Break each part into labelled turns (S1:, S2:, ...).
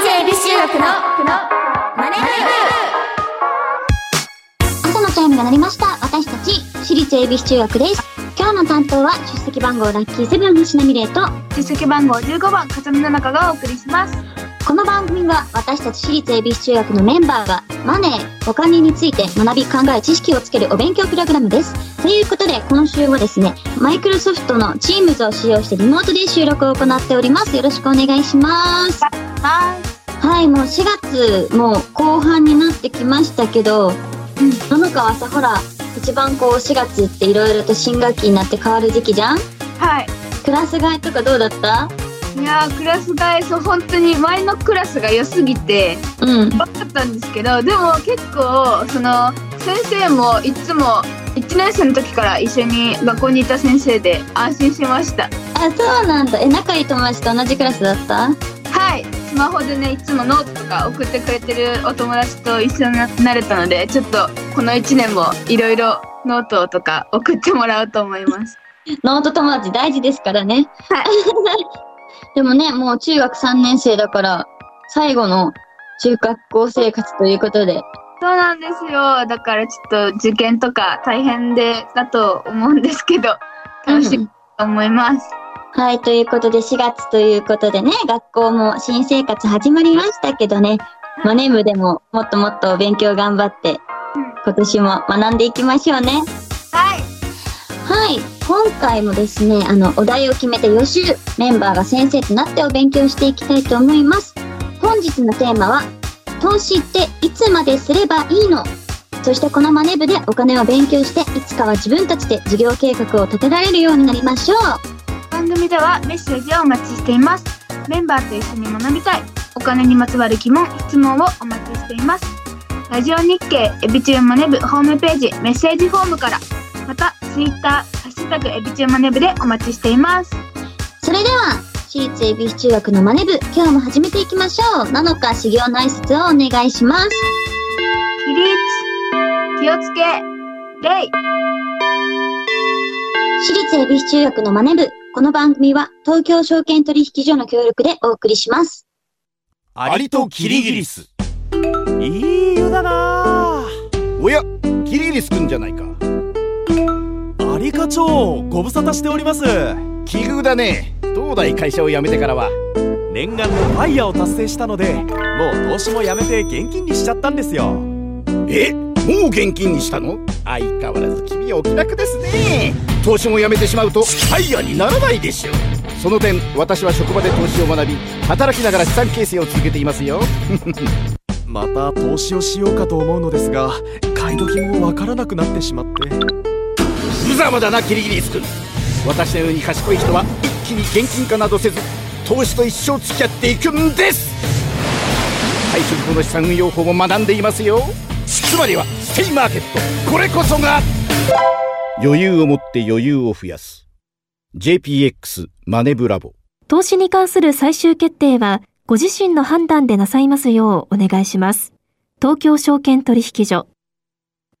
S1: 学のマネ
S2: 朝のチャイムが鳴りました。私たち、私立恵比寿中学です。今日の担当は、出席番号ラッキーセブン星名美玲と、
S3: 出席番号15番、風見の中がお送りします。
S2: この番組は私たち私立恵比寿中学のメンバーがマネー、お金について学び考え知識をつけるお勉強プログラムです。ということで今週はですね、マイクロソフトの Teams を使用してリモートで収録を行っております。よろしくお願いします。
S3: は
S2: はい、もう4月もう後半になってきましたけど、
S3: うん
S2: ののかはさ、ほら、一番こう4月っていろいろと新学期になって変わる時期じゃん
S3: ーい。はい。
S2: クラス替えとかどうだった
S3: いやー、クラス替え、そう、本当に前のクラスが良すぎて、
S2: うん。
S3: 悪かったんですけど、でも結構、その、先生もいつも、1年生の時から一緒に学校にいた先生で安心しました。
S2: あ、そうなんだ。え、仲いい友達と同じクラスだった
S3: はい。スマホでね、いつもノートとか送ってくれてるお友達と一緒になれたので、ちょっとこの1年もいろいろノートとか送ってもらおうと思います。
S2: ノート友達大事ですからね。
S3: はい
S2: でもね、もう中学3年生だから、最後の中学校生活ということで。
S3: そうなんですよ。だからちょっと受験とか大変でだと思うんですけど、楽し
S2: う
S3: み
S2: ん
S3: と思います。
S2: はい、ということで4月ということでね、学校も新生活始まりましたけどね、マネムでももっともっと勉強頑張って
S3: うん、
S2: 今年も学んでいきましょうね。
S3: はい。
S2: はい、今回もですね、あの、お題を決めて予習、メンバーが先生となってお勉強していきたいと思います。本日のテーマは、投資っていつまですればいいのそしてこのマネ部でお金を勉強して、いつかは自分たちで事業計画を立てられるようになりましょう。
S3: 番組ではメッセージをお待ちしています。メンバーと一緒に学びたい、お金にまつわる疑問、質問をお待ちしています。ラジオ日経エビチューマネブホームページメッセージフォームから、またツイッター、ハッシュタグエビチューマネブでお待ちしています。
S2: それでは、私立恵比寿中学のマネ部、今日も始めていきましょう。なのか、修行の挨拶をお願いします。
S3: 起立、気をつけ、礼。
S2: 私立恵比寿中学のマネ部、この番組は東京証券取引所の協力でお送りします。
S4: アリとキリギリスいい湯だな
S5: おやキリギリスくんじゃないか
S4: アリ課長ご無沙汰しております
S5: 奇遇だね東大会社を辞めてからは
S4: 念願のファイヤーを達成したのでもう投資もやめて現金にしちゃったんですよ
S5: えもう現金にしたの相変わらず君はお気楽ですね投資も辞めてしまうとファイヤーにならないでしょうその点私は職場で投資を学び働きながら資産形成を続けていますよ
S4: また投資をしようかと思うのですが買い時もわからなくなってしまって
S5: 無様だなキリギリスくん私のように賢い人は一気に現金化などせず投資と一生付き合っていくんです最初にこの資産運用法も学んでいますよつまりはステイマーケットこれこそが余裕を持って余裕を増やす JPX マネブラボ
S6: 投資に関する最終決定は、ご自身の判断でなさいますようお願いします。東京証券取引所。
S1: 私立恵比寿中学のマネ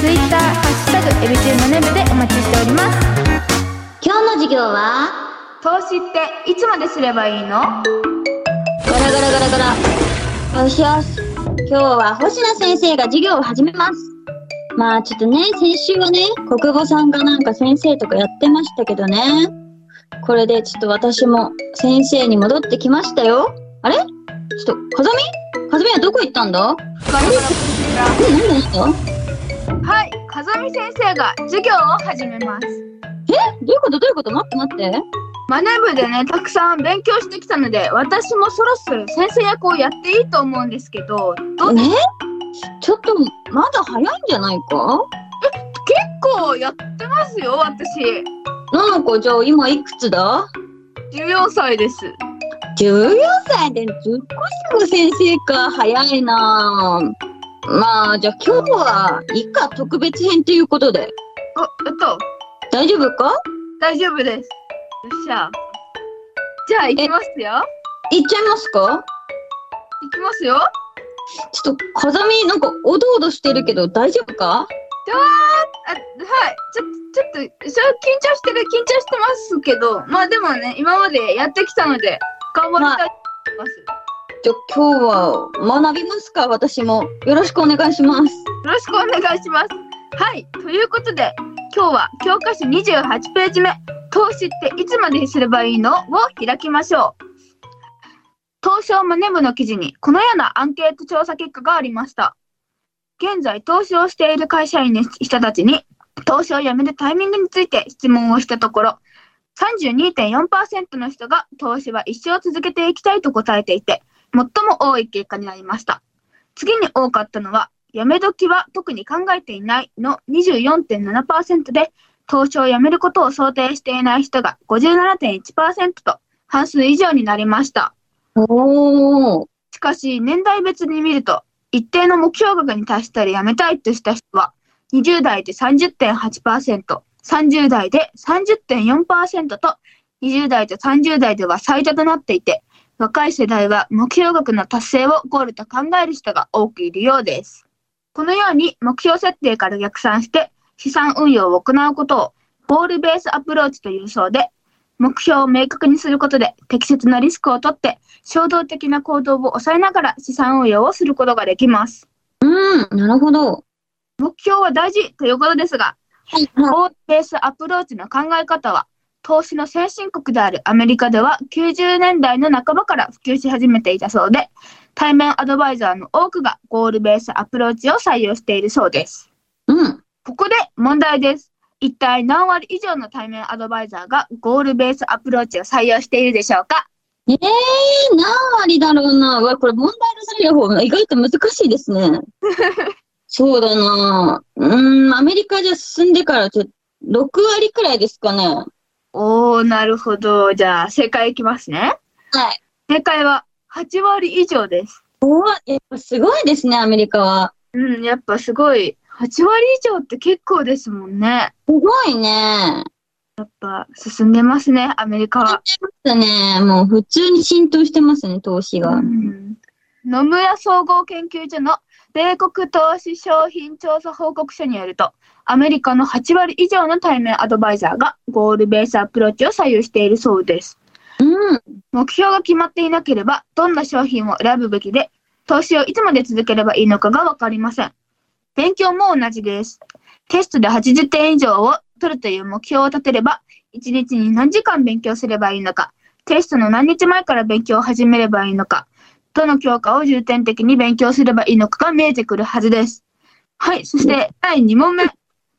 S3: ツイッター、ハッシュタグエビチューマネブでお待ちしております。
S2: 今日の授業は
S3: 投資っていつまですればいいの
S2: ゴラゴラゴラゴラよしよし今日は星名先生が授業を始めますまあちょっとね先週はね国語さんがなんか先生とかやってましたけどねこれでちょっと私も先生に戻ってきましたよあれちょっと風見風見はどこ行ったんだえ何がいいの
S3: はい、風見先生が授業を始めます。
S2: どういうことどういうこと待って待って
S3: マネ部でね、たくさん勉強してきたので、私もそろそろ先生役をやっていいと思うんですけど、どう
S2: ねちょっとまだ早いんじゃないか
S3: 結構やってますよ、私。
S2: なのかじゃあ今いくつだ
S3: 14歳です。
S2: 14歳で10個下の先生か早いなぁまあじゃあ今日は以下特別編ということで
S3: あ、えっと、
S2: 大丈夫か
S3: 大丈夫です。よっしゃ。じゃあ、行きますよ。
S2: いっちゃいますか
S3: 行きますよ。
S2: ちょっと風見なんかおどおどしてるけど大丈夫か
S3: ではあ、はい。ちょっと、ちょっと、それは緊張してる、緊張してますけど、まあでもね、今までやってきたので、頑張りたいと思います。
S2: じゃあ今日は学びますか私もよろしくお願いします
S3: よろしくお願いします。はい、ということで、今日は教科書28ページ目、投資っていつまでにすればいいのを開きましょう。東証マネ部の記事に、このようなアンケート調査結果がありました。現在、投資をしている会社員の人たちに、投資をやめるタイミングについて質問をしたところ、32.4%の人が投資は一生続けていきたいと答えていて、最も多い結果になりました。次に多かったのは、やめ時は特に考えていないの24.7%で、投資をやめることを想定していない人が57.1%と半数以上になりました。
S2: おお
S3: しかし、年代別に見ると、一定の目標額に達したりやめたいとした人は、20代で30.8%、30代で30.4%と、20代と30代では最多となっていて、若い世代は目標額の達成をゴールと考える人が多くいるようです。このように目標設定から逆算して資産運用を行うことをゴールベースアプローチというそうで、目標を明確にすることで適切なリスクをとって衝動的な行動を抑えながら資産運用をすることができます。
S2: うんなるほど
S3: 目標は大事ということですが、
S2: はい
S3: ゴールベースアプローチの考え方は、投資の先進国であるアメリカでは90年代の半ばから普及し始めていたそうで、対面アドバイザーの多くがゴールベースアプローチを採用しているそうです。
S2: うん
S3: ここで問題です。一体何割以上の対面アドバイザーがゴールベースアプローチを採用しているでしょうか
S2: えー、何割だろうなうわこれ問題出される方が意外と難しいです ねそうだなうんアメリカじゃ進んでからちょ6割くらいですかねは
S3: おー、なるほど。じゃあ、正解いきますね。
S2: い
S3: 正解は8割以上です。
S2: おやっぱすごいですねアメリカは
S3: うん、やっぱすごい。8割以上って結構ですもんね。
S2: すごいね
S3: やっぱ進んでますね、アメリカは。
S2: だねもう普通に浸透してますね投資が
S3: うん野村総合研究所の米国投資商品調査報告書によると、アメリカの8割以上の対面アドバイザーがゴールベースアプローチを採用しているそうです。
S2: うん
S3: 目標が決まっていなければ、どんな商品を選ぶべきで、投資をいつまで続ければいいのかがわかりません。勉強も同じです。テストで80点以上を取るという目標を立てれば、1日に何時間勉強すればいいのか、テストの何日前から勉強を始めればいいのか、どの教科を重点的に勉強すればいいのかが見えてくるはずです。はい、そして第2問目。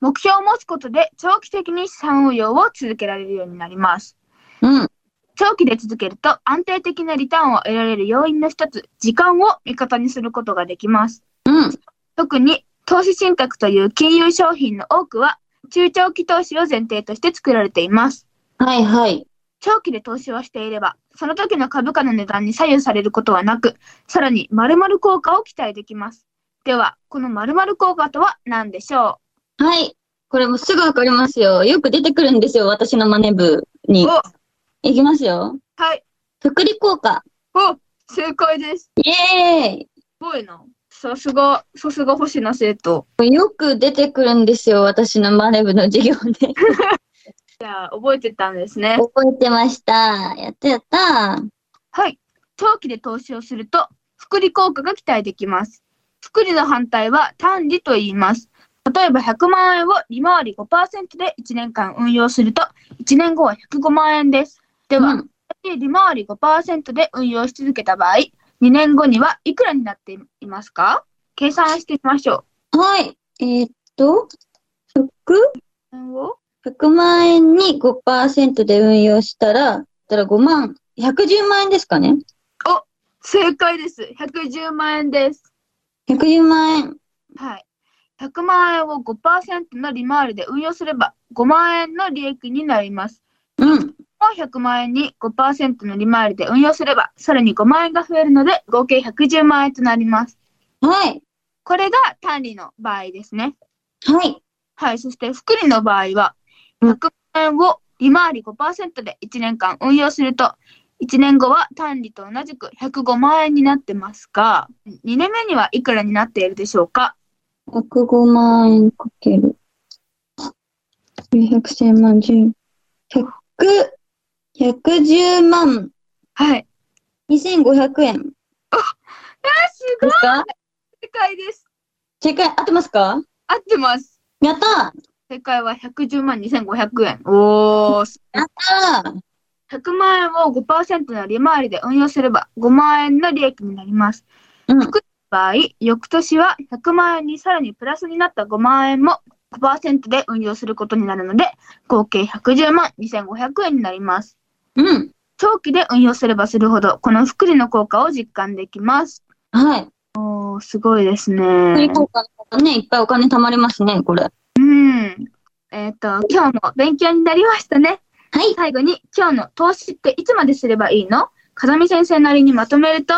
S3: 目標を持つことで長期的に資産運用を続けられるようになります。
S2: うん
S3: 長期で続けると安定的なリターンを得られる要因の一つ、時間を味方にすることができます。
S2: うん
S3: 特に投資信託という金融商品の多くは中長期投資を前提として作られています。
S2: はいはい
S3: 長期で投資をしていれば、その時の株価の値段に左右されることはなく、さらに〇〇効果を期待できます。では、この〇〇効果とは何でしょう
S2: はい。これもすぐわかりますよ。よく出てくるんですよ。私のマネ部に。いきますよ。
S3: はい。
S2: 福利効果。
S3: お、正解です。
S2: イエーイ
S3: すごいな。さすが、さすが星野生徒。
S2: よく出てくるんですよ。私のマネ部の授業 で。
S3: じゃあ、覚えてたんですね。
S2: 覚えてました。やったやった。
S3: はい。長期で投資をすると、複利効果が期待できます。複利の反対は単利と言います。例えば100万円を利回り5%で1年間運用すると、1年後は105万円です。では、
S2: うん
S3: 同じ利回り5%で運用し続けた場合、2年後にはいくらになっていますか計算してみましょ
S2: はい。えーっと、福
S3: う。を
S2: ?100 万円に5%で運用したら、だから5万、110万円ですかね。
S3: 正解です。110万円です。
S2: 110万円。
S3: はい。100万円を5%の利回りで運用すれば、5万円の利益になります。
S2: うん。
S3: もう100万円に5%の利回りで運用すれば、さらに5万円が増えるので、合計110万円となります。
S2: はい。
S3: これが単利の場合ですね。
S2: はい。
S3: はい。そして、複利の場合は、
S2: うん
S3: 100万円を利回り5%で1年間運用すると、1年後は単利と同じく105万円になってますが、2年目にはいくらになっているでしょうか
S2: 105万円かける。900千万10。100、110万
S3: はい。
S2: 2500円。
S3: あ、すご
S2: で
S3: い
S2: すか
S3: 正解です。
S2: 正解合ってますか
S3: 合ってます。
S2: やった
S3: 正解は110万2500円。おー。
S2: やった
S3: 100万円を5%の利回りで運用すれば5万円の利益になります。
S2: うん。
S3: 場合、翌年は100万円にさらにプラスになった5万円も5%で運用することになるので、合計110万2500円になります。
S2: うん。
S3: 長期で運用すればするほど、この複利の効果を実感できます。
S2: はい。
S3: おー、すごいですね。
S2: 振り効果の方がね、いっぱいお金貯まりますね、これ。は
S3: うん。えっ、と、今日も勉強になりましたね。
S2: い。
S3: 最後に、今日の投資っていつまですればいいの風見先生なりにまとめると、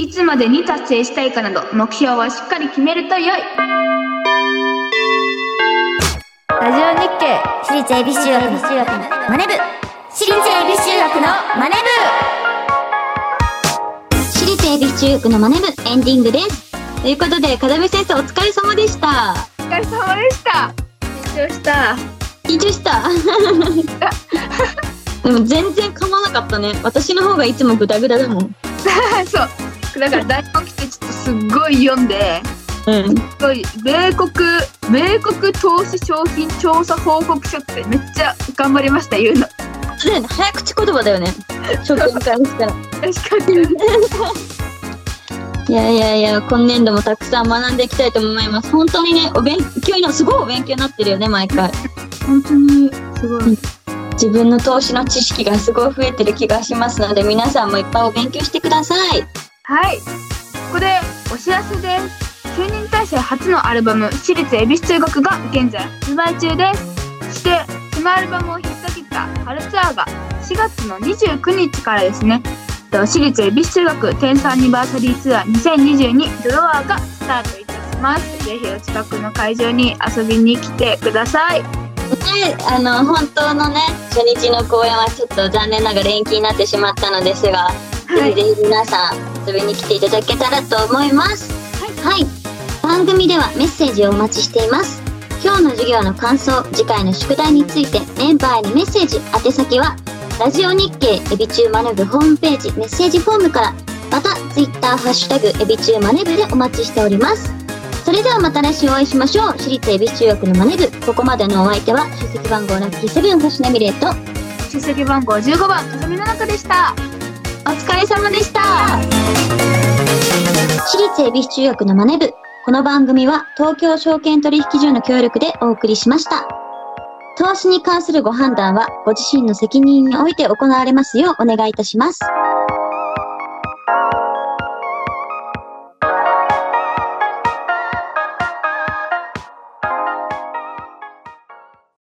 S3: いつまでに達成したいかなど、目標はしっかり決めると良い。
S1: ラジオ日経私立恵比寿中学のマネ部私立恵比寿中学のマネ
S2: 私立恵比寿中学のマネ部エンディングです。ということで、風見先生お疲れ様でした。
S3: お疲れ様でした。緊張した。
S2: 緊張 した。でも全然噛まなかったね。私の方がいつもグダグダだもん。
S3: そう。だから台本来てちょっとすっごい読んで、
S2: うん。
S3: すごい米国米国投資商品調査報告書ってめっちゃ頑張りました言うの。
S2: そうだよね。早口言葉だよね。初見からしたら。
S3: 確かに。
S2: いやいやいや、今年度もたくさん学んでいきたいと思います。本当にね、お勉強にすごいお勉強になってるよね、毎回。
S3: 本当にすごい。
S2: 自分の投資の知識がすごい増えてる気がしますので、皆さんもいっぱいお勉強してください。
S3: はい。ここでお知らせです。9人体制初のアルバム、私立恵比寿中学が現在発売中です。そして、そのアルバムを引っ掛けた春ツアーが4月の29日からですね、えっと私立恵比寿中学天才アニバーサリーツアー2022ドロワーがスタートいたします。ぜひお近くの会場に遊びに来てください。
S2: ね、あの本当のね初日の公演はちょっと残念ながら延期になってしまったのですが、
S3: はい
S2: ぜひぜひ皆さん遊びに来ていただけたらと思いますはい、番組ではメッセージをお待ちしています今日の授業の感想次回の宿題についてメンバーにメッセージ宛先はラジオ日経エビチューマネブホームページメッセージフォームからまたツイッターハッシュタグエビチューマネブでお待ちしておりますそれではまた来週お会いしましょう私立恵比寿中学のマネ部ここまでのお相手は出席番号ラッキーセブン星野ミレイと
S3: 出席番号15番、風見の中でした。
S2: お疲れ様でした私立恵比寿中学のマネ部この番組は東京証券取引所の協力でお送りしました投資に関するご判断はご自身の責任において行われますようお願いいたします